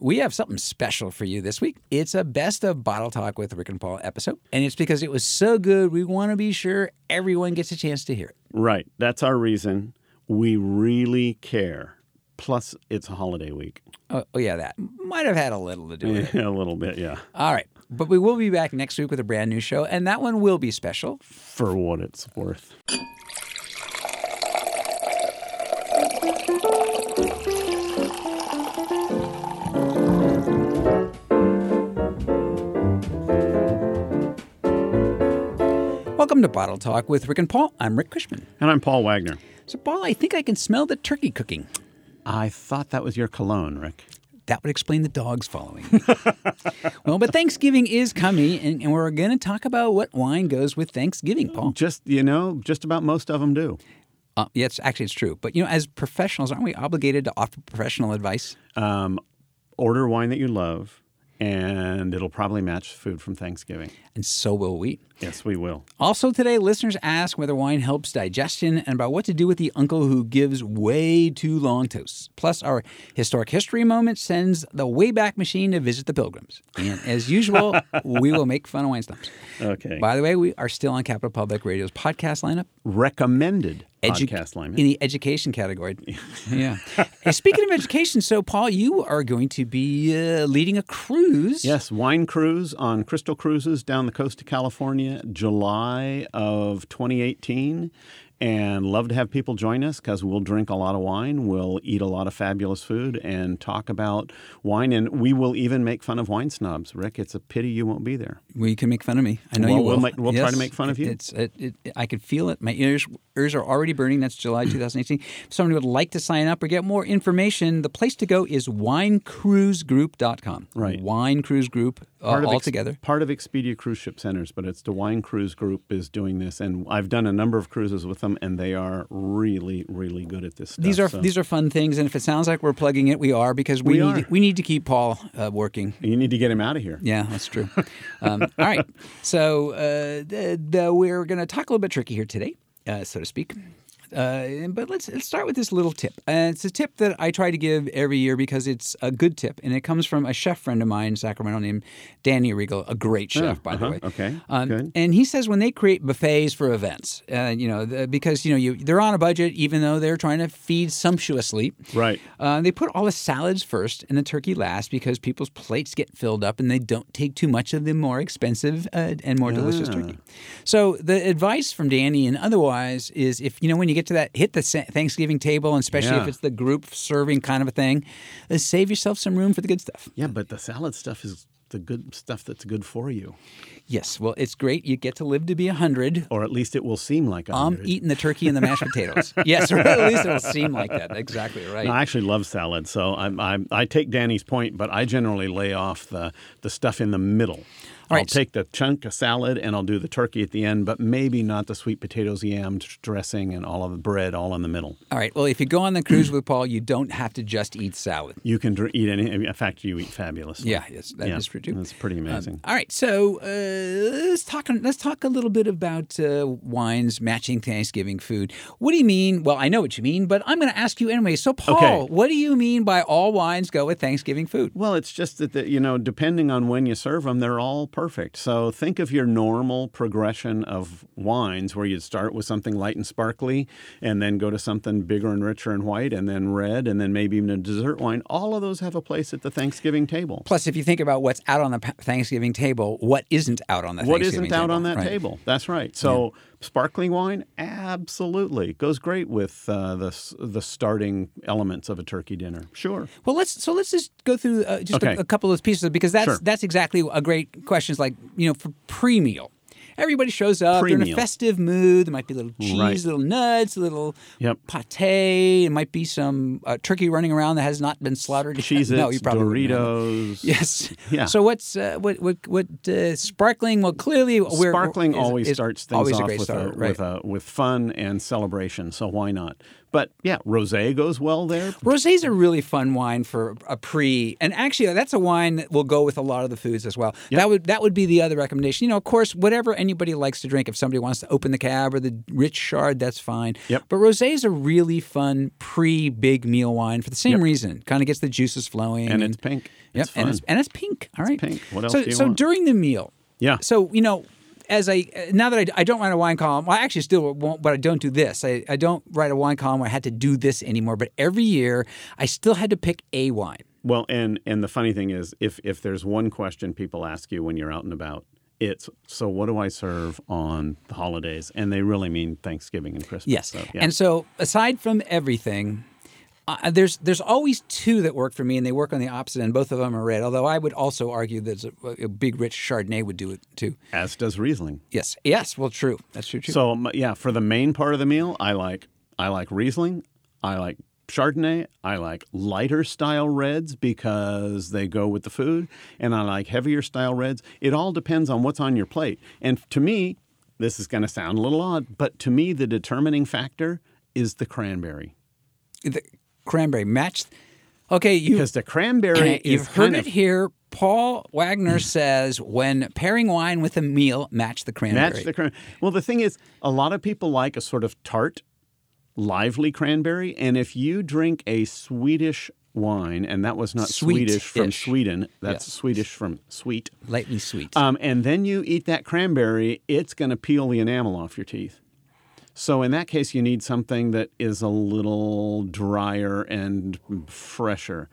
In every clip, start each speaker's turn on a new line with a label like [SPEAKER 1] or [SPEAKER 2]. [SPEAKER 1] We have something special for you this week. It's a best of Bottle Talk with Rick and Paul episode, and it's because it was so good, we want to be sure everyone gets a chance to hear it.
[SPEAKER 2] Right. That's our reason. We really care. Plus, it's a holiday week.
[SPEAKER 1] Oh, oh yeah, that might have had a little to do with it.
[SPEAKER 2] a little bit, yeah.
[SPEAKER 1] All right. But we will be back next week with a brand new show, and that one will be special.
[SPEAKER 2] For what it's worth.
[SPEAKER 1] Welcome to Bottle Talk with Rick and Paul. I'm Rick Cushman.
[SPEAKER 2] And I'm Paul Wagner.
[SPEAKER 1] So, Paul, I think I can smell the turkey cooking.
[SPEAKER 2] I thought that was your cologne, Rick.
[SPEAKER 1] That would explain the dogs following. me. well, but Thanksgiving is coming, and, and we're going to talk about what wine goes with Thanksgiving, Paul.
[SPEAKER 2] Just, you know, just about most of them do.
[SPEAKER 1] Uh, yeah, it's, actually, it's true. But, you know, as professionals, aren't we obligated to offer professional advice?
[SPEAKER 2] Um, order wine that you love, and it'll probably match food from Thanksgiving.
[SPEAKER 1] And so will we.
[SPEAKER 2] Yes, we will.
[SPEAKER 1] Also, today, listeners ask whether wine helps digestion and about what to do with the uncle who gives way too long toasts. Plus, our historic history moment sends the Wayback Machine to visit the pilgrims. And as usual, we will make fun of wine stumps.
[SPEAKER 2] Okay.
[SPEAKER 1] By the way, we are still on Capital Public Radio's podcast lineup.
[SPEAKER 2] Recommended
[SPEAKER 1] Edu-
[SPEAKER 2] podcast lineup.
[SPEAKER 1] In the education category. yeah. Hey, speaking of education, so, Paul, you are going to be uh, leading a cruise.
[SPEAKER 2] Yes, wine cruise on Crystal Cruises down the coast of California, July of 2018. And love to have people join us because we'll drink a lot of wine, we'll eat a lot of fabulous food, and talk about wine. And we will even make fun of wine snobs. Rick, it's a pity you won't be there.
[SPEAKER 1] Well, you can make fun of me. I know
[SPEAKER 2] Well,
[SPEAKER 1] you
[SPEAKER 2] we'll
[SPEAKER 1] will.
[SPEAKER 2] make- we'll try to make fun of you.
[SPEAKER 1] It's, it, it, I can feel it. My ears ears are already burning. That's July 2018. If somebody would like to sign up or get more information, the place to go is winecruisegroup.com.
[SPEAKER 2] Right.
[SPEAKER 1] Wine Cruise Group uh, all
[SPEAKER 2] of Ex-
[SPEAKER 1] together.
[SPEAKER 2] Part of Expedia Cruise Ship Centers, but it's the Wine Cruise Group is doing this, and I've done a number of cruises with them, and they are really, really good at this. Stuff,
[SPEAKER 1] These are
[SPEAKER 2] so
[SPEAKER 1] these are fun things, and if it sounds like we're plugging it, we are because we,
[SPEAKER 2] We
[SPEAKER 1] need
[SPEAKER 2] are.
[SPEAKER 1] we need to keep Paul uh, working.
[SPEAKER 2] you need to get him out of here.
[SPEAKER 1] Yeah, that's true. um, all right, so uh, the, the, we're going to talk a little bit tricky here today, uh, so to speak. Uh, but let's let's start with this little tip. Uh, it's a tip that I try to give every year because it's a good tip, and it comes from a chef friend of mine in Sacramento named Danny Regal, a great chef, by the way.
[SPEAKER 2] uh-huh. okay,
[SPEAKER 1] Um,
[SPEAKER 2] good.
[SPEAKER 1] And he says when they create buffets for events, uh, you know, the, because you know you, they're on a budget, even though they're trying to feed sumptuously.
[SPEAKER 2] Right.
[SPEAKER 1] Uh, they put all the salads first and the turkey last because people's plates get filled up and they don't take too much of the more expensive uh, and more delicious turkey. So the advice from Danny and otherwise is if you know when you get to that, hit the sa- Thanksgiving table, and especially if
[SPEAKER 2] Yeah.
[SPEAKER 1] it's the group serving kind of a thing, uh, save yourself some room for the good stuff.
[SPEAKER 2] Yeah, but the salad stuff is the good stuff that's good for you,
[SPEAKER 1] Yes, well, it's great. You get to live to be a hundred.
[SPEAKER 2] or at least it will seem like a
[SPEAKER 1] I'm
[SPEAKER 2] hundred.
[SPEAKER 1] eating the turkey and the mashed potatoes. yes, or at least it'll seem like that. Exactly right.
[SPEAKER 2] No, I actually love salad, so I'm, I'm, I take Danny's point, but I generally lay off the, the stuff in the middle.
[SPEAKER 1] right,
[SPEAKER 2] I'll
[SPEAKER 1] so-
[SPEAKER 2] take the chunk of salad and I'll do the turkey at the end, but maybe not the sweet potatoes, yam t- dressing, and all of the bread all in the middle.
[SPEAKER 1] All right. Well, if you go on the cruise with Paul, you don't have to just eat salad.
[SPEAKER 2] You can dr- eat any. In fact, you eat fabulous.
[SPEAKER 1] Yeah, yes, that is Um, true too.
[SPEAKER 2] That's pretty amazing.
[SPEAKER 1] All right, so uh, let's talk. Let's talk a little bit about uh, wines matching Thanksgiving food. What do you mean? Well, I know what you mean, but I'm going to ask you anyway. So, Paul,
[SPEAKER 2] Okay.
[SPEAKER 1] what do you mean by all wines go with Thanksgiving food?
[SPEAKER 2] Well, it's just that, the, you know, depending on when you serve them, they're all perfect. So think of your normal progression of wines where you'd start with something light and sparkly and then go to something bigger and richer and white and then red and then maybe even a dessert wine. All of those have a place at the Thanksgiving table.
[SPEAKER 1] Plus, if you think about what's out on the pa- Thanksgiving table, what isn't out on the
[SPEAKER 2] What
[SPEAKER 1] Thanksgiving
[SPEAKER 2] isn't out
[SPEAKER 1] table?
[SPEAKER 2] on that
[SPEAKER 1] Right.
[SPEAKER 2] table? That's right. So sparkling wine, absolutely. Goes great with uh, the, s- the starting elements of a turkey dinner. Sure.
[SPEAKER 1] Well, let's so let's just go through uh, just
[SPEAKER 2] Okay.
[SPEAKER 1] a, a couple of pieces because that's
[SPEAKER 2] Sure.
[SPEAKER 1] that's exactly a great question. Is like you know for pre meal, everybody shows up. They're in a
[SPEAKER 2] Pre-meal.
[SPEAKER 1] festive mood. There might be a little cheese,
[SPEAKER 2] Right.
[SPEAKER 1] little nuts, a little
[SPEAKER 2] Yep.
[SPEAKER 1] pate. It might be some uh, turkey running around that has not been slaughtered. yet.
[SPEAKER 2] Cheez-Its,
[SPEAKER 1] no, you probably wouldn't know.
[SPEAKER 2] Doritos.
[SPEAKER 1] Yes.
[SPEAKER 2] Yeah.
[SPEAKER 1] So what's uh, what what what uh, sparkling? Well, clearly we're,
[SPEAKER 2] Sparkling
[SPEAKER 1] is-
[SPEAKER 2] always
[SPEAKER 1] is
[SPEAKER 2] starts things
[SPEAKER 1] always
[SPEAKER 2] off
[SPEAKER 1] a great
[SPEAKER 2] with,
[SPEAKER 1] start,
[SPEAKER 2] a,
[SPEAKER 1] right?
[SPEAKER 2] with, a, with fun and celebration, so why not? But yeah, rosé goes well there.
[SPEAKER 1] Rosé's a really fun wine for a pre, and actually that's a wine that will go with a lot of the foods as well. That would that would be the other recommendation. You know, of course, whatever anybody likes to drink. If somebody wants to open the cab or the rich chard, that's fine.
[SPEAKER 2] Yep.
[SPEAKER 1] But rosé is a really fun pre big meal wine for the same reason. Kind of gets the juices flowing,
[SPEAKER 2] And it's pink.
[SPEAKER 1] Yep,
[SPEAKER 2] It's
[SPEAKER 1] and
[SPEAKER 2] fun.
[SPEAKER 1] it's and it's pink. All right,
[SPEAKER 2] pink. What else
[SPEAKER 1] so,
[SPEAKER 2] do you
[SPEAKER 1] so
[SPEAKER 2] want?
[SPEAKER 1] during the meal,
[SPEAKER 2] Yeah.
[SPEAKER 1] so you know, as I uh, now that I, I don't write a wine column, well, I actually still won't, but I don't do this. I, I don't write a wine column where I had to do this anymore. But every year, I still had to pick a wine.
[SPEAKER 2] Well, and and the funny thing is, if if there's one question people ask you when you're out and about, it's so what do I serve on the holidays? And they really mean Thanksgiving and Christmas.
[SPEAKER 1] Yes,
[SPEAKER 2] So, yeah.
[SPEAKER 1] and so aside from everything. Uh, there's there's always two that work for me, and they work on the opposite end. Both of them are red. Although I would also argue that a, a big, rich Chardonnay would do it too.
[SPEAKER 2] as does Riesling.
[SPEAKER 1] Yes, yes, well, true. That's true. Too.
[SPEAKER 2] So m- yeah, for the main part of the meal, I like I like Riesling, I like Chardonnay, I like lighter style reds because they go with the food, and I like heavier style reds. It all depends on what's on your plate. And to me, this is going to sound a little odd, but to me the determining factor is the cranberry.
[SPEAKER 1] the cranberry match. Okay, you
[SPEAKER 2] Because the cranberry is
[SPEAKER 1] You've heard
[SPEAKER 2] kind
[SPEAKER 1] it
[SPEAKER 2] of
[SPEAKER 1] here. Paul Wagner says when pairing wine with a meal, match the cranberry.
[SPEAKER 2] match the cran. Well, the thing is, a lot of people like a sort of tart, lively cranberry, and if you drink a Swedish wine, and that was not Swedish from
[SPEAKER 1] Sweet-ish.
[SPEAKER 2] Sweden, that's
[SPEAKER 1] Yeah.
[SPEAKER 2] Swedish from sweet.
[SPEAKER 1] Lightly sweet.
[SPEAKER 2] Um, and then you eat that cranberry, it's going to peel the enamel off your teeth. So in that case, you need something that is a little drier and fresher.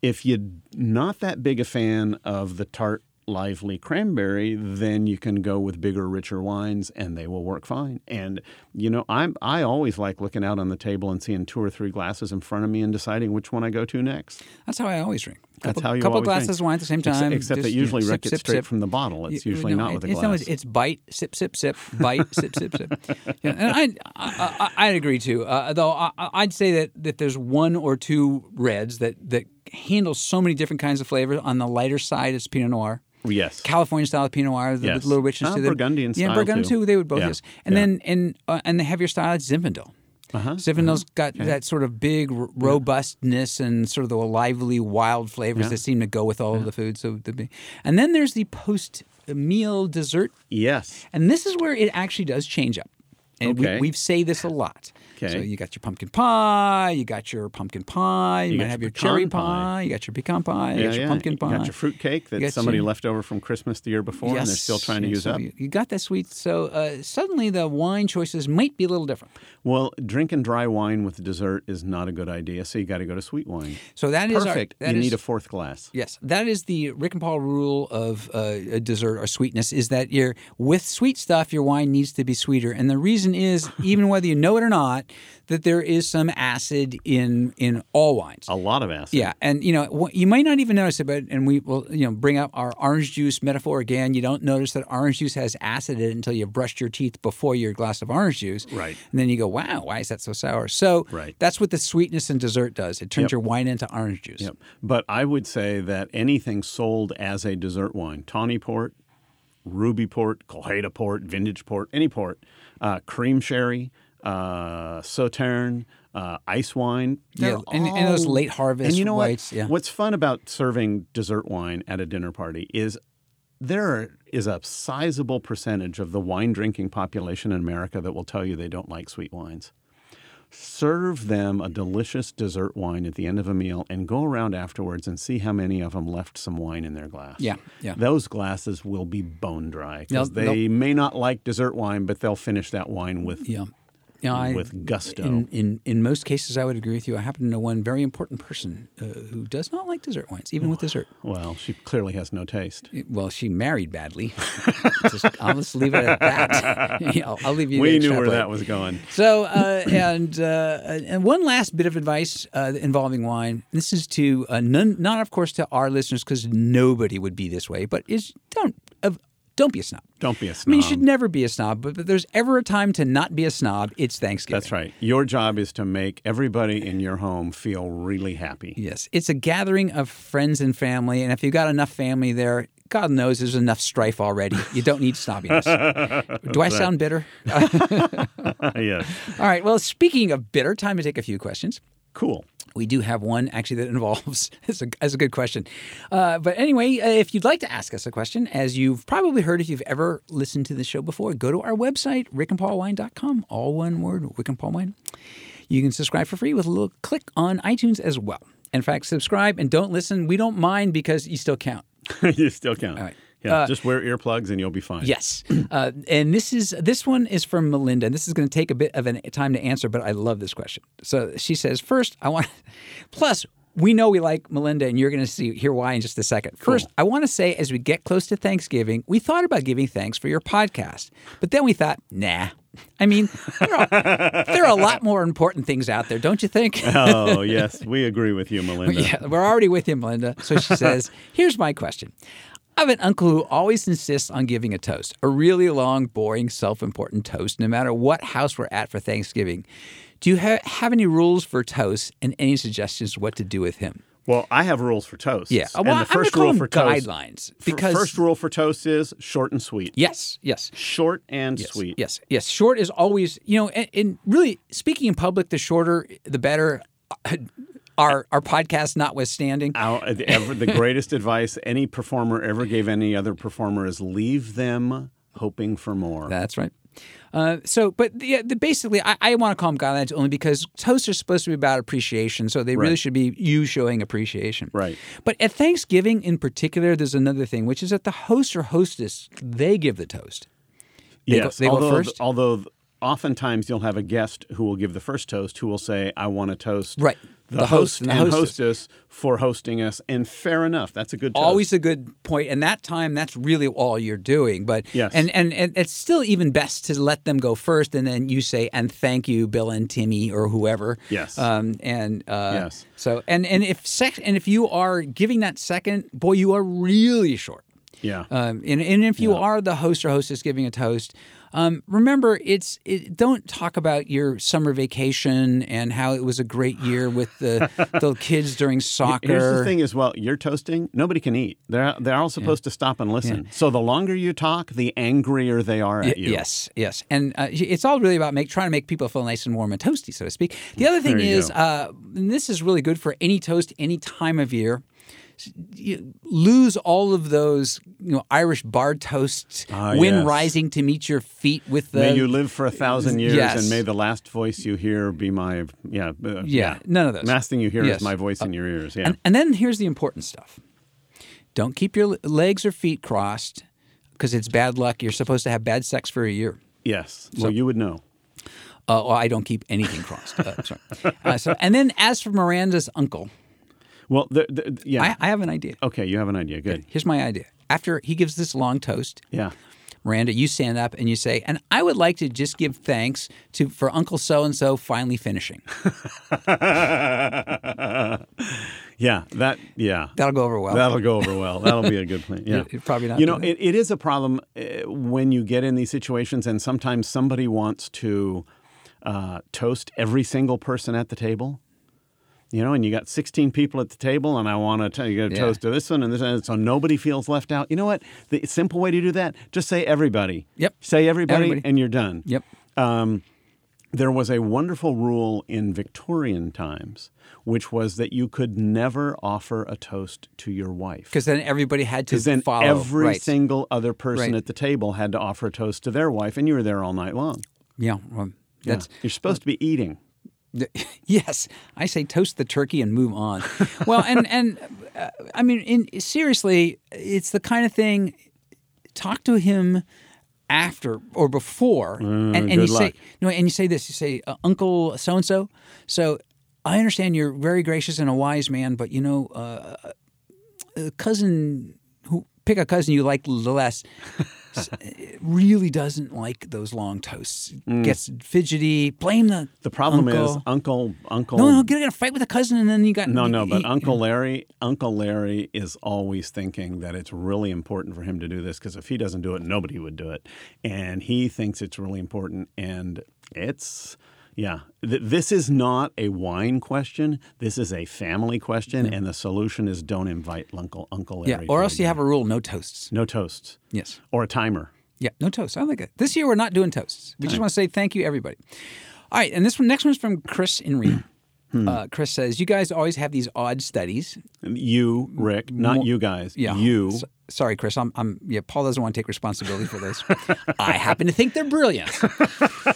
[SPEAKER 2] If you're not that big a fan of the tart, lively cranberry, then you can go with bigger, richer wines, and they will work fine. And you know, I'm I always like looking out on the table and seeing two or three glasses in front of me and deciding which one I go to next.
[SPEAKER 1] that's how I always drink. Couple,
[SPEAKER 2] That's how you
[SPEAKER 1] couple
[SPEAKER 2] always
[SPEAKER 1] glasses
[SPEAKER 2] drink.
[SPEAKER 1] of wine at the same
[SPEAKER 2] Except-
[SPEAKER 1] time.
[SPEAKER 2] Except,
[SPEAKER 1] just,
[SPEAKER 2] that
[SPEAKER 1] you know,
[SPEAKER 2] usually
[SPEAKER 1] sip,
[SPEAKER 2] Rick it's
[SPEAKER 1] sip,
[SPEAKER 2] straight
[SPEAKER 1] sip.
[SPEAKER 2] from the bottle. It's
[SPEAKER 1] You-
[SPEAKER 2] usually
[SPEAKER 1] no,
[SPEAKER 2] not
[SPEAKER 1] it-
[SPEAKER 2] with a
[SPEAKER 1] it's,
[SPEAKER 2] glass.
[SPEAKER 1] no, it's, it's bite, sip, sip, sip, bite, sip, sip, sip. Yeah, and I, I, I, I'd agree too. Uh, though I, I- I'd say that, that there's one or two reds that that handle so many different kinds of flavors. On the lighter side, it's Pinot Noir.
[SPEAKER 2] yes.
[SPEAKER 1] California style Pinot Noir, the,
[SPEAKER 2] Yes.
[SPEAKER 1] with little richness
[SPEAKER 2] Ah,
[SPEAKER 1] to them.
[SPEAKER 2] Burgundian
[SPEAKER 1] yeah,
[SPEAKER 2] style,
[SPEAKER 1] Burgundian
[SPEAKER 2] too.
[SPEAKER 1] They would both
[SPEAKER 2] Yeah.
[SPEAKER 1] yes. And
[SPEAKER 2] Yeah.
[SPEAKER 1] then in uh, and the heavier style, it's Zinfandel.
[SPEAKER 2] Uh-huh.
[SPEAKER 1] Zinfandel's got that sort of big r- robustness and sort of the lively, wild flavors that seem to go with all of the food. So, the, and then there's the post meal dessert,
[SPEAKER 2] yes.
[SPEAKER 1] and this is where it actually does change up. And
[SPEAKER 2] Okay.
[SPEAKER 1] we, we say this a lot. So
[SPEAKER 2] Okay.
[SPEAKER 1] you got your pumpkin pie, you got your pumpkin pie, you,
[SPEAKER 2] You
[SPEAKER 1] might
[SPEAKER 2] got
[SPEAKER 1] have
[SPEAKER 2] your
[SPEAKER 1] your cherry
[SPEAKER 2] pecan pie.
[SPEAKER 1] pie, you got your pecan pie, you got your pumpkin pie.
[SPEAKER 2] You got your fruitcake
[SPEAKER 1] You
[SPEAKER 2] that
[SPEAKER 1] got
[SPEAKER 2] somebody
[SPEAKER 1] your-
[SPEAKER 2] left over from Christmas the year before, and they're still trying to
[SPEAKER 1] yes,
[SPEAKER 2] use
[SPEAKER 1] so
[SPEAKER 2] up.
[SPEAKER 1] You, you got that sweet. So uh, suddenly the wine choices might be a little different.
[SPEAKER 2] Well, drinking dry wine with dessert is not a good idea, so you got to go to sweet wine.
[SPEAKER 1] So that is
[SPEAKER 2] Perfect.
[SPEAKER 1] Our, that
[SPEAKER 2] you
[SPEAKER 1] is-
[SPEAKER 2] need a fourth glass.
[SPEAKER 1] yes. That is the Rick and Paul rule of uh, a dessert or sweetness is that you're with sweet stuff, your wine needs to be sweeter, and the reason is even whether you know it or not, that there is some acid in in all wines.
[SPEAKER 2] A lot of acid.
[SPEAKER 1] Yeah, and you know what- you might not even notice it, but and we will you know bring up our orange juice metaphor again. You don't notice that orange juice has acid in it until you brushed your teeth before your glass of orange juice,
[SPEAKER 2] Right.
[SPEAKER 1] And then you go, wow, why is that so sour? So
[SPEAKER 2] Right.
[SPEAKER 1] that's what the sweetness in dessert does. It turns your wine into orange juice.
[SPEAKER 2] Yep. But I would say that anything sold as a dessert wine, tawny port, ruby port, Colheita port, vintage port, any port, uh, cream sherry, uh, sauterne, uh, ice wine. they're
[SPEAKER 1] Yeah, and- and those
[SPEAKER 2] all-
[SPEAKER 1] late harvest
[SPEAKER 2] And you know
[SPEAKER 1] whites,
[SPEAKER 2] what?
[SPEAKER 1] yeah.
[SPEAKER 2] What's fun about serving dessert wine at a dinner party is there is a sizable percentage of the wine drinking population in America that will tell you they don't like sweet wines serve them a delicious dessert wine at the end of a meal and go around afterwards and see how many of them left some wine in their glass.
[SPEAKER 1] Yeah, yeah.
[SPEAKER 2] Those glasses will be bone dry because
[SPEAKER 1] Nope,
[SPEAKER 2] they may not like dessert wine, but they'll finish that wine with
[SPEAKER 1] Yeah, yeah. I,
[SPEAKER 2] with gusto.
[SPEAKER 1] in, in in most cases, I would agree with you. I happen to know one very important person uh, who does not like dessert wines, even with dessert.
[SPEAKER 2] well, she clearly has no taste.
[SPEAKER 1] Well, she married badly. just, I'll just leave it at that. Yeah, I'll, I'll leave you. to
[SPEAKER 2] We knew where
[SPEAKER 1] extrapolate.
[SPEAKER 2] that was going.
[SPEAKER 1] So, uh, and uh, and one last bit of advice uh, involving wine. This is to uh, none, not of course to our listeners because nobody would be this way. But is don't uh, don't be a snob.
[SPEAKER 2] Don't be a
[SPEAKER 1] I
[SPEAKER 2] snob.
[SPEAKER 1] mean, you should never be a snob. But if there's ever a time to not be a snob, it's Thanksgiving.
[SPEAKER 2] That's right. Your job is to make everybody in your home feel really happy.
[SPEAKER 1] Yes, it's a gathering of friends and family, and if you've got enough family there, God knows there's enough strife already. You don't need snobbiness. Do I sound bitter?
[SPEAKER 2] yes.
[SPEAKER 1] All right. Well, speaking of bitter, time to take a few questions.
[SPEAKER 2] Cool.
[SPEAKER 1] We do have one actually that involves. That's a, that's a good question. Uh, but anyway, uh, if you'd like to ask us a question, as you've probably heard if you've ever listened to the show before, go to our website, rickandpaulwine.com, all one word, Rick and Paul Wine. You can subscribe for free with a little click on iTunes as well. In fact, subscribe and don't listen. We don't mind because you still count.
[SPEAKER 2] you still count.
[SPEAKER 1] right. Uh,
[SPEAKER 2] Yeah, just wear earplugs and you'll be fine.
[SPEAKER 1] Yes, uh, and this is this one is from Melinda. And this is going to take a bit of an time to answer, but I love this question. So she says, first, I want. Plus, we know we like Melinda, and you're going to see hear why in just a second. First, I want to say, as we get close to Thanksgiving, we thought about giving thanks for your podcast, but then we thought, nah. I mean, there are, there are a lot more important things out there, don't you think?
[SPEAKER 2] oh, yes. We agree with you, Melinda.
[SPEAKER 1] Yeah, we're already with him, Linda. So she says, Here's my question. I have an uncle who always insists on giving a toast, a really long, boring, self important toast, no matter what house we're at for Thanksgiving. Do you ha- have any rules for toasts and any suggestions what to do with him?
[SPEAKER 2] Well, I have rules for toast.
[SPEAKER 1] Yeah. Well,
[SPEAKER 2] and
[SPEAKER 1] I'm
[SPEAKER 2] the
[SPEAKER 1] gonna
[SPEAKER 2] first
[SPEAKER 1] call
[SPEAKER 2] rule
[SPEAKER 1] them
[SPEAKER 2] for toast.
[SPEAKER 1] guidelines
[SPEAKER 2] fir-
[SPEAKER 1] because
[SPEAKER 2] first rule for toast is short and sweet.
[SPEAKER 1] yes, yes.
[SPEAKER 2] Short and
[SPEAKER 1] Yes,
[SPEAKER 2] sweet.
[SPEAKER 1] Yes, yes. Short is always, you know, and, and really speaking in public, the shorter, the better. uh, Our our podcast notwithstanding.
[SPEAKER 2] Our, uh, the, ever, the greatest advice any performer ever gave any other performer is leave them hoping for more.
[SPEAKER 1] That's right. Uh, so, but the, the basically, I, I want to call them guidelines only because toasts are supposed to be about appreciation, so they really
[SPEAKER 2] Right.
[SPEAKER 1] should be you showing appreciation.
[SPEAKER 2] Right.
[SPEAKER 1] But at Thanksgiving in particular, there's another thing, which is that the host or hostess they give the toast. They go-
[SPEAKER 2] yes.
[SPEAKER 1] they go
[SPEAKER 2] although,
[SPEAKER 1] first?
[SPEAKER 2] Although th- oftentimes you'll have a guest who will give the first toast who will say, I want to toast
[SPEAKER 1] Right.
[SPEAKER 2] the,
[SPEAKER 1] The host
[SPEAKER 2] host
[SPEAKER 1] and
[SPEAKER 2] and,
[SPEAKER 1] the hostess.
[SPEAKER 2] hostess for hosting us. And fair enough. That's a good toast.
[SPEAKER 1] Always a good point, and that time that's really all you're doing. But
[SPEAKER 2] Yes.
[SPEAKER 1] and, and and it's still even best to let them go first, and then you say and thank you, Bill and Timmy or whoever.
[SPEAKER 2] Yes.
[SPEAKER 1] Um. And uh,
[SPEAKER 2] Yes.
[SPEAKER 1] So and and if sec- and if you are giving that second, boy, you are really short.
[SPEAKER 2] Yeah.
[SPEAKER 1] Um, and, and if you are the host or hostess giving a toast, um, remember it's it, don't talk about your summer vacation and how it was a great year with the the kids during soccer.
[SPEAKER 2] Here's the thing as well. You're toasting. Nobody can eat. They're they're all supposed to stop and listen. So the longer you talk, the angrier they are at you.
[SPEAKER 1] Yes, yes, and uh, it's all really about make, trying to make people feel nice and warm and toasty, so to speak. The other thing
[SPEAKER 2] There you
[SPEAKER 1] is,
[SPEAKER 2] go.
[SPEAKER 1] uh, and this is really good for any toast, any time of year. s- You lose all of those, you know, Irish bar toasts.
[SPEAKER 2] Ah,
[SPEAKER 1] wind
[SPEAKER 2] yes.
[SPEAKER 1] rising to meet your feet with the.
[SPEAKER 2] May you live for a thousand years,
[SPEAKER 1] Yes.
[SPEAKER 2] and may the last voice you hear be my yeah uh, yeah.
[SPEAKER 1] none of those.
[SPEAKER 2] Last thing you hear
[SPEAKER 1] Yes. Uh,
[SPEAKER 2] is my voice in your ears. Yeah.
[SPEAKER 1] And, and then here's the important stuff. Don't keep your l- legs or feet crossed because it's bad luck. You're supposed to have bad sex for a year.
[SPEAKER 2] yes. Well, you would know.
[SPEAKER 1] Uh, well, I don't keep anything crossed. Uh, sorry. Uh, so, and then as for Miranda's uncle,
[SPEAKER 2] Well, the, the, yeah.
[SPEAKER 1] I, I have an idea.
[SPEAKER 2] okay, you have an idea. Good.
[SPEAKER 1] Here's my idea. After he gives this long toast,
[SPEAKER 2] Yeah.
[SPEAKER 1] Miranda, you stand up and you say, "And I would like to just give thanks to for Uncle So and So finally finishing."
[SPEAKER 2] Yeah. That yeah.
[SPEAKER 1] That'll go over well.
[SPEAKER 2] That'll go over well. That'll be a good plan. Yeah,
[SPEAKER 1] It- it probably not
[SPEAKER 2] You know,
[SPEAKER 1] do that.
[SPEAKER 2] it, it is a problem uh, when you get in these situations, and sometimes somebody wants to uh, toast every single person at the table. You know, and you got 16 people at the table, and I want to tell you, got to
[SPEAKER 1] Yeah.
[SPEAKER 2] toast to this one and this, one, and so nobody feels left out. You know what? The simple way to do that: just say everybody.
[SPEAKER 1] Yep.
[SPEAKER 2] Say everybody,
[SPEAKER 1] Everybody.
[SPEAKER 2] and you're done
[SPEAKER 1] Yep.
[SPEAKER 2] there was a wonderful rule in Victorian times, which was that you could never offer a toast to your wife.
[SPEAKER 1] Because then everybody had to
[SPEAKER 2] Because then
[SPEAKER 1] follow.
[SPEAKER 2] every
[SPEAKER 1] right.
[SPEAKER 2] single other person
[SPEAKER 1] Right.
[SPEAKER 2] at the table had to offer a toast to their wife, and you were there all night long.
[SPEAKER 1] Yeah. Well,
[SPEAKER 2] Yeah.
[SPEAKER 1] that's
[SPEAKER 2] You're supposed to be eating.
[SPEAKER 1] yes, I say toast the turkey and move on. Well, and and uh, I mean, in, seriously, it's the kind of thing. Talk to him after or before, and, and you
[SPEAKER 2] Mm, good
[SPEAKER 1] say
[SPEAKER 2] luck.
[SPEAKER 1] no, and you say this. You say, uh, Uncle so and so. So I understand you're very gracious and a wise man, but you know, uh, a cousin who pick a cousin you like less. s- really doesn't like those long toasts.
[SPEAKER 2] Mm.
[SPEAKER 1] Gets fidgety. Blame the
[SPEAKER 2] The problem is
[SPEAKER 1] uncle.
[SPEAKER 2] Uncle Uncle
[SPEAKER 1] No, no, get in a fight with a cousin, and then you got
[SPEAKER 2] Oh. No, no, but
[SPEAKER 1] he-
[SPEAKER 2] Uncle Larry, Uncle Larry is always thinking that it's really important for him to do this because if he doesn't do it, nobody would do it, and he thinks it's really important, and it's Yeah. Th- this is not a wine question. This is a family question, and the solution is don't invite Uncle Uncle
[SPEAKER 1] Yeah,
[SPEAKER 2] Larry
[SPEAKER 1] or
[SPEAKER 2] to
[SPEAKER 1] else
[SPEAKER 2] a-
[SPEAKER 1] you have a rule: no toasts.
[SPEAKER 2] no toasts.
[SPEAKER 1] Yes.
[SPEAKER 2] Or a timer.
[SPEAKER 1] Yeah, no toast. I like it. This year we're not doing toasts. We just want to say thank you, everybody. All right, and this one, next one's from Chris in Reno.
[SPEAKER 2] Hmm.
[SPEAKER 1] Uh, Chris says, "You guys always have these odd studies."
[SPEAKER 2] You, Rick, not you guys.
[SPEAKER 1] Yeah,
[SPEAKER 2] You.
[SPEAKER 1] S- sorry, Chris. I'm. I'm. Yeah, Paul doesn't want to take responsibility for this. I happen to think they're brilliant.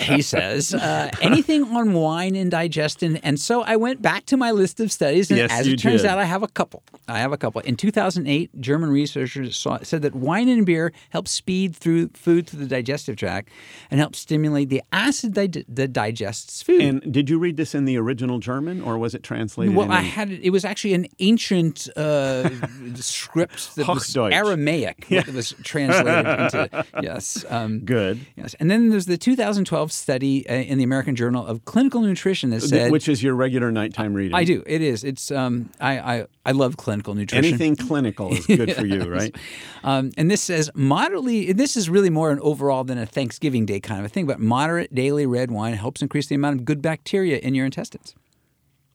[SPEAKER 1] he says uh, anything on wine and digestion, and so I went back to my list of studies, and
[SPEAKER 2] Yes,
[SPEAKER 1] as
[SPEAKER 2] you
[SPEAKER 1] it turns
[SPEAKER 2] did.
[SPEAKER 1] out, I have a couple. I have a couple. In 2008, German researchers saw, said that wine and beer help speed through food through the digestive tract and help stimulate the acid di- that digests food.
[SPEAKER 2] And did you read this in the original German, or was it translated?
[SPEAKER 1] Well,
[SPEAKER 2] in
[SPEAKER 1] I
[SPEAKER 2] any-
[SPEAKER 1] had it. It was actually an ancient uh, script that was
[SPEAKER 2] Hochdeutsch.
[SPEAKER 1] Aramaic that was translated into yes, um,
[SPEAKER 2] good.
[SPEAKER 1] yes. And then there's the 2012 study uh, in the American Journal of Clinical Nutrition that
[SPEAKER 2] Th-
[SPEAKER 1] said,
[SPEAKER 2] Uh, Which is your regular nighttime reading.
[SPEAKER 1] I do. It is. It's. Um, I, I. I love clinical nutrition.
[SPEAKER 2] Anything clinical is good for you, right?
[SPEAKER 1] Um, and this says moderately, this is really more an overall than a Thanksgiving Day kind of a thing, but moderate daily red wine helps increase the amount of good bacteria in your intestines.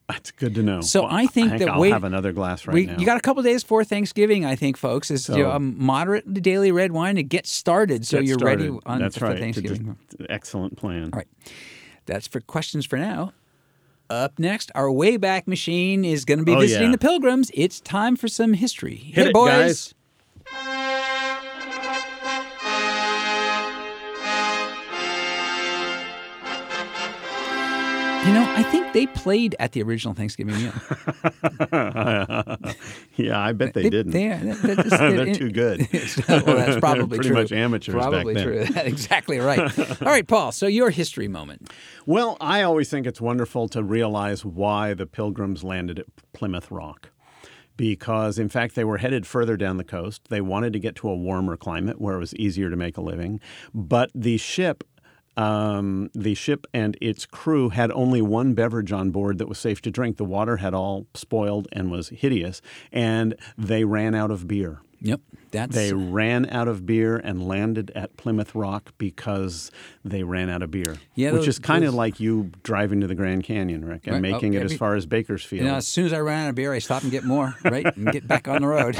[SPEAKER 2] That's good to know.
[SPEAKER 1] So I think that
[SPEAKER 2] I'll
[SPEAKER 1] wait-
[SPEAKER 2] have another glass right
[SPEAKER 1] we,
[SPEAKER 2] now.
[SPEAKER 1] You got a couple days for Thanksgiving, I think, folks. Is you know,
[SPEAKER 2] So-
[SPEAKER 1] a moderate daily red wine to get started, so
[SPEAKER 2] Get
[SPEAKER 1] you're ready
[SPEAKER 2] started.
[SPEAKER 1] on
[SPEAKER 2] That's
[SPEAKER 1] for
[SPEAKER 2] right. to
[SPEAKER 1] Thanksgiving.
[SPEAKER 2] just- excellent plan.
[SPEAKER 1] All right, that's for questions for now. Up next, our Wayback Machine is going to be
[SPEAKER 2] Oh,
[SPEAKER 1] visiting
[SPEAKER 2] yeah.
[SPEAKER 1] the Pilgrims. It's time for some history.
[SPEAKER 2] Hit
[SPEAKER 1] hey,
[SPEAKER 2] it,
[SPEAKER 1] boys.
[SPEAKER 2] guys.
[SPEAKER 1] You know, I think they played at the original Thanksgiving meal.
[SPEAKER 2] Yeah, I bet they, didn't.
[SPEAKER 1] They, are- that- that- that's-
[SPEAKER 2] They're
[SPEAKER 1] in-
[SPEAKER 2] too good.
[SPEAKER 1] well, that's probably
[SPEAKER 2] pretty
[SPEAKER 1] true.
[SPEAKER 2] much amateurs back
[SPEAKER 1] Probably
[SPEAKER 2] then.
[SPEAKER 1] true. exactly right. All right, Paul. So your history moment.
[SPEAKER 2] Well, I always think it's wonderful to realize why the pilgrims landed at Plymouth Rock. Because, in fact, they were headed further down the coast. They wanted to get to a warmer climate where it was easier to make a living. But the ship, um, the ship and its crew had only one beverage on board that was safe to drink. The water had all spoiled and was hideous, and they ran out of beer.
[SPEAKER 1] Yep. That's
[SPEAKER 2] They ran out of beer and landed at Plymouth Rock because they ran out of beer.
[SPEAKER 1] Yeah,
[SPEAKER 2] which
[SPEAKER 1] those-
[SPEAKER 2] is kind of
[SPEAKER 1] those-
[SPEAKER 2] like you driving to the Grand Canyon, Rick, and
[SPEAKER 1] Right, oh,
[SPEAKER 2] making it
[SPEAKER 1] every-
[SPEAKER 2] as far as Bakersfield.
[SPEAKER 1] You know, as soon as I ran out of beer, I stop and get more, right, and get back on the road.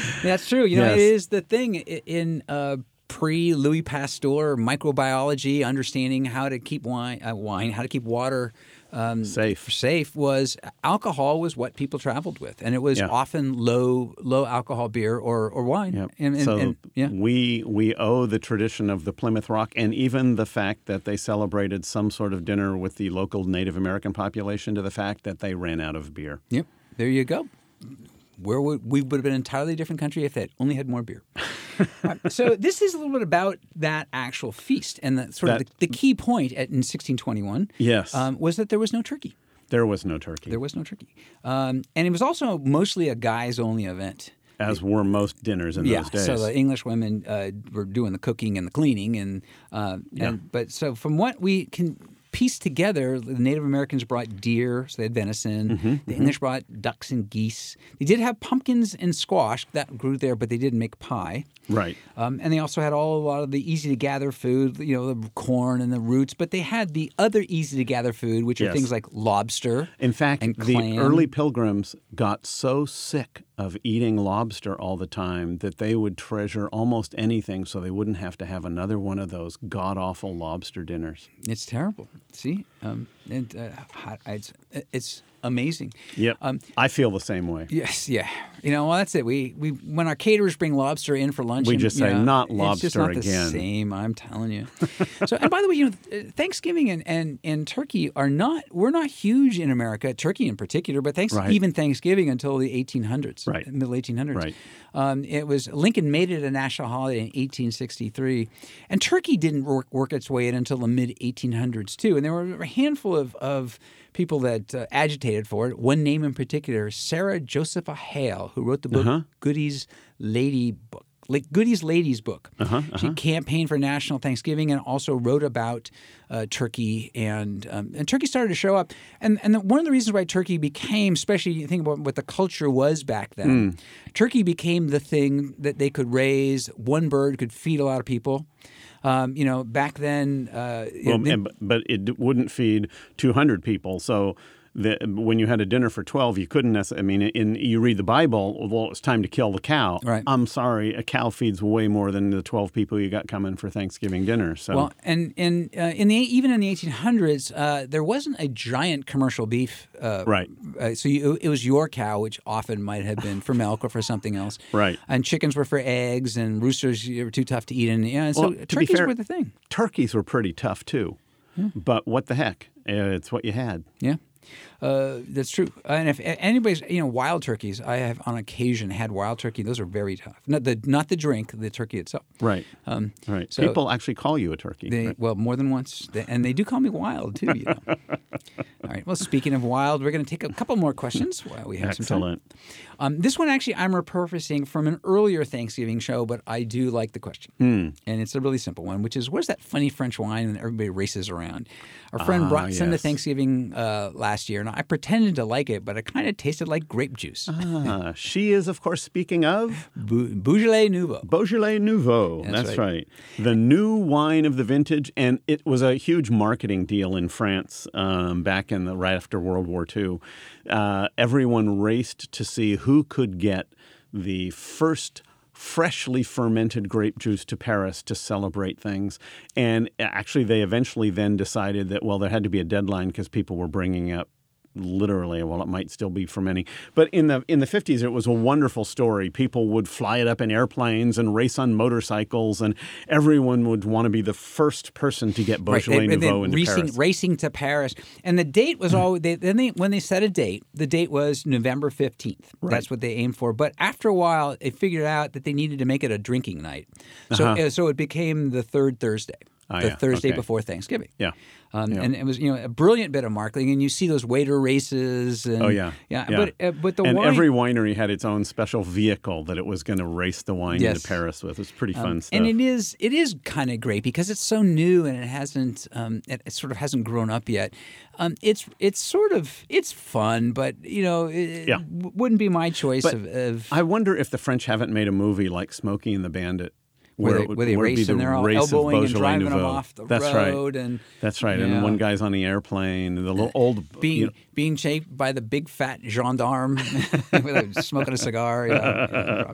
[SPEAKER 1] That's true. You know, it
[SPEAKER 2] Yes.
[SPEAKER 1] is the thing i- in uh, pre Louis Pasteur microbiology, understanding how to keep wine, uh, wine, how to keep water um,
[SPEAKER 2] Safe.
[SPEAKER 1] safe was alcohol was what people traveled with, and it was
[SPEAKER 2] Yeah.
[SPEAKER 1] often low low alcohol beer or or wine.
[SPEAKER 2] Yep.
[SPEAKER 1] And, and-
[SPEAKER 2] so
[SPEAKER 1] and- yeah.
[SPEAKER 2] we we owe the tradition of the Plymouth Rock, and even the fact that they celebrated some sort of dinner with the local Native American population, to the fact that they ran out of beer.
[SPEAKER 1] Yep. There you go. Where would we would have been an entirely different country if they'd only had more beer. All right, so this is a little bit about that actual feast and the, sort of
[SPEAKER 2] That-
[SPEAKER 1] the, the key point at, in 1621.
[SPEAKER 2] Yes.
[SPEAKER 1] um, was that there was no turkey.
[SPEAKER 2] There was no turkey,
[SPEAKER 1] There was no turkey, um, and it was also mostly a guys only event.
[SPEAKER 2] as were most dinners in
[SPEAKER 1] Yeah,
[SPEAKER 2] those days.
[SPEAKER 1] so the English women uh, were doing the cooking and the cleaning, and, uh, and but so from what we can piece together, the Native Americans brought deer, so they had venison.
[SPEAKER 2] Mm-hmm,
[SPEAKER 1] the English brought ducks and geese. They did have pumpkins and squash that grew there, but they didn't make pie.
[SPEAKER 2] right.
[SPEAKER 1] Um, and they also had all a lot of the easy to gather food, you know, the corn and the roots. But they had the other easy to gather food, which are
[SPEAKER 2] Yes.
[SPEAKER 1] things like lobster.
[SPEAKER 2] In fact,
[SPEAKER 1] and
[SPEAKER 2] the
[SPEAKER 1] clam.
[SPEAKER 2] early pilgrims got so sick of eating lobster all the time that they would treasure almost anything so they wouldn't have to have another one of those god awful lobster dinners.
[SPEAKER 1] It's terrible. See, um, and uh, hot- it's it's amazing. Um,
[SPEAKER 2] I feel the same way.
[SPEAKER 1] Yes, yeah. You know, well, that's it. We we when our caterers bring lobster in for lunch,
[SPEAKER 2] We
[SPEAKER 1] and,
[SPEAKER 2] just
[SPEAKER 1] you
[SPEAKER 2] say,
[SPEAKER 1] know,
[SPEAKER 2] "Not
[SPEAKER 1] It's just
[SPEAKER 2] lobster
[SPEAKER 1] not
[SPEAKER 2] again."
[SPEAKER 1] the same. I'm telling you. so, and by the way, you know, uh, Thanksgiving and, and and turkey are not we're not huge in America. Turkey in particular, but thanks
[SPEAKER 2] Right.
[SPEAKER 1] even Thanksgiving until the 1800s,
[SPEAKER 2] Right.
[SPEAKER 1] middle 1800s.
[SPEAKER 2] Right.
[SPEAKER 1] Um, it was Lincoln made it a national holiday in 1863, and turkey didn't work, work its way in until the mid 1800s too. And there were a handful of, of people that uh, agitated for it. One name in particular, Sarah Josepha Hale, who wrote the book Goody's Lady Book. Like Goody's Ladies book. She campaigned for National Thanksgiving and also wrote about uh, Turkey and um, and Turkey started to show up. And and the, one of the reasons why Turkey became, especially you think about what the culture was back then, Turkey became the thing that they could raise. One bird could feed a lot of people. Um, you know, back then, uh, it
[SPEAKER 2] Well,
[SPEAKER 1] meant-
[SPEAKER 2] and- but- but it d- wouldn't feed 200 people. So the, when you had a dinner for 12, you couldn't necessarily. I mean, in, you read the Bible, well, it's time to kill the cow.
[SPEAKER 1] Right.
[SPEAKER 2] I'm sorry, a cow feeds way more than the 12 people you got coming for Thanksgiving dinner. So
[SPEAKER 1] Well, and and uh, in the even in the 1800s, uh, there wasn't a giant commercial beef. Uh,
[SPEAKER 2] Right.
[SPEAKER 1] Uh, so you, it was your cow, which often might have been for milk or for something else.
[SPEAKER 2] Right.
[SPEAKER 1] And chickens were for eggs, and roosters were too tough to eat. And yeah, so
[SPEAKER 2] Well, to be
[SPEAKER 1] turkeys
[SPEAKER 2] fair-
[SPEAKER 1] were the thing.
[SPEAKER 2] turkeys were pretty tough too. But what the heck? It's what you had.
[SPEAKER 1] Yeah. Uh, that's true. And if a- anybody's, you know, wild turkeys, I have on occasion had wild turkey. Those are very tough. Not the not the drink, the turkey itself.
[SPEAKER 2] Right. Um, right.
[SPEAKER 1] so-
[SPEAKER 2] people actually call you a turkey.
[SPEAKER 1] They,
[SPEAKER 2] right?
[SPEAKER 1] Well, more than once, They- and they do call me wild too. You know. All right. Well, speaking of wild, we're going to take a couple more questions while we have some time.
[SPEAKER 2] Excellent.
[SPEAKER 1] Um, this one actually I'm repurposing from an earlier Thanksgiving show, but I do like the question,
[SPEAKER 2] Hmm.
[SPEAKER 1] and it's a really simple one, which is, "Where's that funny French wine that everybody races around?" Our friend
[SPEAKER 2] Ah,
[SPEAKER 1] brought some to
[SPEAKER 2] yes.
[SPEAKER 1] Thanksgiving uh, last year, and I pretended to like it, but it kind of tasted like grape juice.
[SPEAKER 2] Ah, she is, of course, speaking of
[SPEAKER 1] Bou- Beaujolais Nouveau.
[SPEAKER 2] Beaujolais Nouveau. That's,
[SPEAKER 1] That's
[SPEAKER 2] right. The new wine of the vintage. And it was a huge marketing deal in France um, back in the right after World War II. Uh, everyone raced to see who could get the first freshly fermented grape juice to Paris to celebrate things. And uh, actually, they eventually then decided that, well, there had to be a deadline because people were bringing up literally well it might still be for many but in the in the 50s it was a wonderful story people would fly it up in airplanes and race on motorcycles and everyone would want to be the first person to get Beaujolais
[SPEAKER 1] and- and then
[SPEAKER 2] Nouveau into
[SPEAKER 1] racing,
[SPEAKER 2] Paris Mm-hmm.
[SPEAKER 1] racing to Paris, and the date was always. They, then they when they set a date, the date was November fifteenth. That's what they aimed for. But after a while, they figured out that they needed to make it a drinking night, so uh, so it became the third Thursday,
[SPEAKER 2] Ah,
[SPEAKER 1] the
[SPEAKER 2] Uh-huh. yeah,
[SPEAKER 1] Thursday
[SPEAKER 2] okay.
[SPEAKER 1] before Thanksgiving.
[SPEAKER 2] yeah
[SPEAKER 1] Um, And it was you know a brilliant bit of marketing, and you see those waiter races. And,
[SPEAKER 2] oh yeah
[SPEAKER 1] yeah. But uh, but the
[SPEAKER 2] and
[SPEAKER 1] wine,
[SPEAKER 2] every winery had its own special vehicle that it was going to race the wine
[SPEAKER 1] Yes. Um,
[SPEAKER 2] into Paris with it's pretty fun stuff
[SPEAKER 1] and it is it is kind of great because it's so new and it hasn't um, it, it sort of hasn't grown up yet. Um, it's it's sort of it's fun, but you know it
[SPEAKER 2] Yeah.
[SPEAKER 1] w- wouldn't be my choice
[SPEAKER 2] But
[SPEAKER 1] of, of
[SPEAKER 2] I wonder if the French haven't made a movie like Smokey and the Bandit.
[SPEAKER 1] where, they,
[SPEAKER 2] it would-
[SPEAKER 1] where they
[SPEAKER 2] it'd be
[SPEAKER 1] race and
[SPEAKER 2] the
[SPEAKER 1] they're all
[SPEAKER 2] race of
[SPEAKER 1] elbowing and
[SPEAKER 2] Beaujolais
[SPEAKER 1] driving them
[SPEAKER 2] Nouveau.
[SPEAKER 1] off the
[SPEAKER 2] That's
[SPEAKER 1] road
[SPEAKER 2] Right.
[SPEAKER 1] and
[SPEAKER 2] That's right.
[SPEAKER 1] Yeah.
[SPEAKER 2] And one guy's on the airplane. and The little old
[SPEAKER 1] being
[SPEAKER 2] you know,
[SPEAKER 1] being chased by the big fat gendarme with a, smoking a cigar. you know.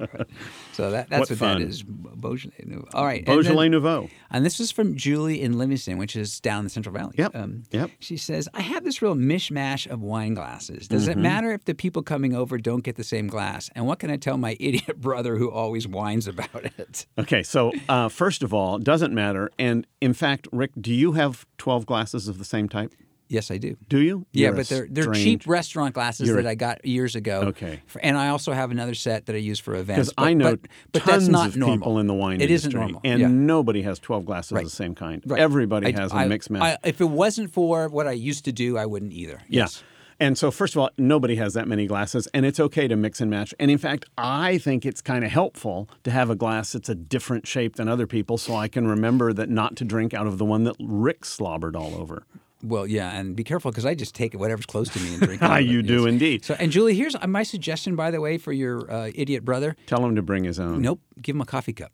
[SPEAKER 1] so that, that's what,
[SPEAKER 2] What fun.
[SPEAKER 1] that is. Beaujolais. Nouveau. All right, and then-
[SPEAKER 2] Beaujolais Nouveau.
[SPEAKER 1] And this is from Julie in Livingston, which is down the Central Valley. Um,
[SPEAKER 2] Yep, yep.
[SPEAKER 1] She says, I have this real mishmash of wine glasses. Does
[SPEAKER 2] Mm-hmm.
[SPEAKER 1] it matter if the people coming over don't get the same glass? And what can I tell my idiot brother who always whines about it?
[SPEAKER 2] Okay, so uh, first of all, it doesn't matter. And in fact, Rick, do you have twelve glasses of the same type?
[SPEAKER 1] Yes, I do.
[SPEAKER 2] Do you?
[SPEAKER 1] Yeah,
[SPEAKER 2] You're a
[SPEAKER 1] but they're they're
[SPEAKER 2] strange-
[SPEAKER 1] cheap restaurant glasses
[SPEAKER 2] You're a-
[SPEAKER 1] that I got years ago.
[SPEAKER 2] Okay.
[SPEAKER 1] For- and I also have another set that I use for events.
[SPEAKER 2] Because I know
[SPEAKER 1] but, but
[SPEAKER 2] tons
[SPEAKER 1] that's not
[SPEAKER 2] of
[SPEAKER 1] normal.
[SPEAKER 2] people in the wine
[SPEAKER 1] It
[SPEAKER 2] industry,
[SPEAKER 1] isn't normal.
[SPEAKER 2] and
[SPEAKER 1] yeah.
[SPEAKER 2] nobody has twelve glasses
[SPEAKER 1] Right.
[SPEAKER 2] of the same kind.
[SPEAKER 1] Right.
[SPEAKER 2] Everybody
[SPEAKER 1] I-
[SPEAKER 2] has a
[SPEAKER 1] I-
[SPEAKER 2] mixed match.
[SPEAKER 1] I- If it wasn't for what I used to do, I wouldn't either. Yes.
[SPEAKER 2] Yeah. And so, first of all, nobody has that many glasses, and it's okay to mix and match. And in fact, I think it's kind of helpful to have a glass that's a different shape than other people so I can remember that not to drink out of the one that Rick slobbered all over.
[SPEAKER 1] Well, yeah, and be careful because I just take it whatever's close to me and drink.
[SPEAKER 2] Ah,
[SPEAKER 1] it.
[SPEAKER 2] you do indeed.
[SPEAKER 1] So, and Julie, here's uh, my suggestion, by the way, for your uh, idiot brother.
[SPEAKER 2] Tell him to bring his own.
[SPEAKER 1] Nope, give him a coffee cup.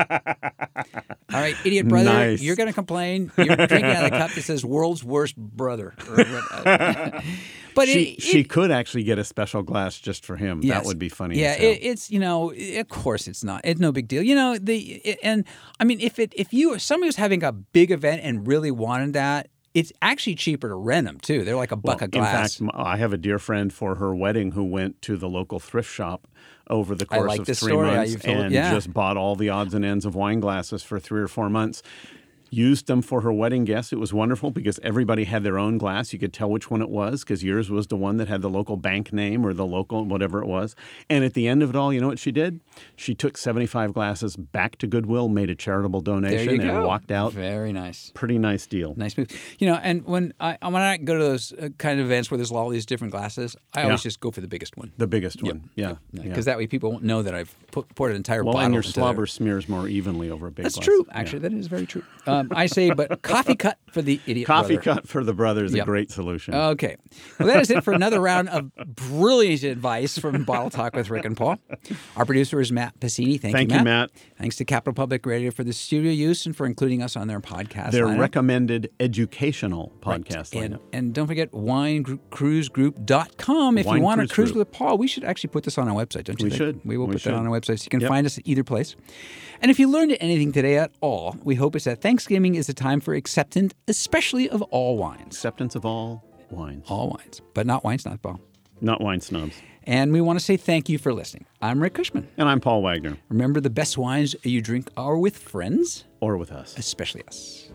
[SPEAKER 1] All right, idiot brother,
[SPEAKER 2] Nice.
[SPEAKER 1] you're going to complain. You're drinking out of a cup that says "World's Worst Brother." or what- uh, but
[SPEAKER 2] She,
[SPEAKER 1] it,
[SPEAKER 2] she
[SPEAKER 1] it-
[SPEAKER 2] could actually get a special glass just for him.
[SPEAKER 1] yes.
[SPEAKER 2] That would be funny.
[SPEAKER 1] Yeah,
[SPEAKER 2] as hell.
[SPEAKER 1] it, it's you know, i- of course it's not. It's no big deal. You know the it, and I mean if it if you somebody was having a big event and really wanted that, it's actually cheaper to rent them too. They're like a buck a
[SPEAKER 2] In
[SPEAKER 1] glass.
[SPEAKER 2] fact, m- I have a dear friend for her wedding who went to the local thrift shop over the course
[SPEAKER 1] like
[SPEAKER 2] of
[SPEAKER 1] this
[SPEAKER 2] three
[SPEAKER 1] story.
[SPEAKER 2] months
[SPEAKER 1] You've told-
[SPEAKER 2] and
[SPEAKER 1] yeah.
[SPEAKER 2] just bought all the odds and ends of wine glasses for three or four months. Used them for her wedding guests. It was wonderful because everybody had their own glass. You could tell which one it was because yours was the one that had the local bank name or the local whatever it was. And at the end of it all, you know what she did? She took 75 glasses back to Goodwill, made a charitable
[SPEAKER 1] There
[SPEAKER 2] donation,
[SPEAKER 1] you
[SPEAKER 2] and
[SPEAKER 1] go.
[SPEAKER 2] walked out.
[SPEAKER 1] Very nice.
[SPEAKER 2] Pretty nice deal.
[SPEAKER 1] Nice move. You know, and when I when I go to those uh, kind of events where there's all these different glasses, I always
[SPEAKER 2] Yeah.
[SPEAKER 1] just go for the biggest one
[SPEAKER 2] The biggest one. Yeah.
[SPEAKER 1] because
[SPEAKER 2] yeah.
[SPEAKER 1] that way people won't know that I've put, poured an entire
[SPEAKER 2] Well,
[SPEAKER 1] bottle.
[SPEAKER 2] and your
[SPEAKER 1] into their-
[SPEAKER 2] slobber smears more evenly over a big
[SPEAKER 1] That's
[SPEAKER 2] glass.
[SPEAKER 1] true.
[SPEAKER 2] Yeah.
[SPEAKER 1] Actually, that is very true. Uh, Um, I say, but coffee cut for the idiot.
[SPEAKER 2] Coffee
[SPEAKER 1] brother.
[SPEAKER 2] cut for the brother is
[SPEAKER 1] Yep.
[SPEAKER 2] a great solution.
[SPEAKER 1] Okay. Well, that is it for another round of brilliant advice from Bottle Talk with Rick and Paul. Our producer is Matt Pacini. Thank,
[SPEAKER 2] Thank
[SPEAKER 1] you, Matt.
[SPEAKER 2] you, Matt.
[SPEAKER 1] Thanks to Capital Public Radio for the studio use and for including us on their podcast.
[SPEAKER 2] Their
[SPEAKER 1] lineup.
[SPEAKER 2] recommended educational podcast
[SPEAKER 1] and,
[SPEAKER 2] lineup.
[SPEAKER 1] and don't forget winecruisegroup.com. If
[SPEAKER 2] Wine
[SPEAKER 1] you want to
[SPEAKER 2] Cruise
[SPEAKER 1] cruise
[SPEAKER 2] Group.
[SPEAKER 1] with Paul, we should actually put this on our website, don't you
[SPEAKER 2] We
[SPEAKER 1] think?
[SPEAKER 2] should.
[SPEAKER 1] We will
[SPEAKER 2] We
[SPEAKER 1] put
[SPEAKER 2] should.
[SPEAKER 1] that on our website so you can
[SPEAKER 2] Yep.
[SPEAKER 1] find us at either place. And if you learned anything today at all, we hope it's that Thanksgiving is a time for acceptance, especially of all wines.
[SPEAKER 2] Acceptance of all wines,
[SPEAKER 1] All wines, but not wines, not Paul.
[SPEAKER 2] not wine snobs.
[SPEAKER 1] And we want to say thank you for listening. I'm Rick Cushman.
[SPEAKER 2] And I'm Paul Wagner,
[SPEAKER 1] Remember, the best wines you drink are with friends,
[SPEAKER 2] or with us.
[SPEAKER 1] especially us.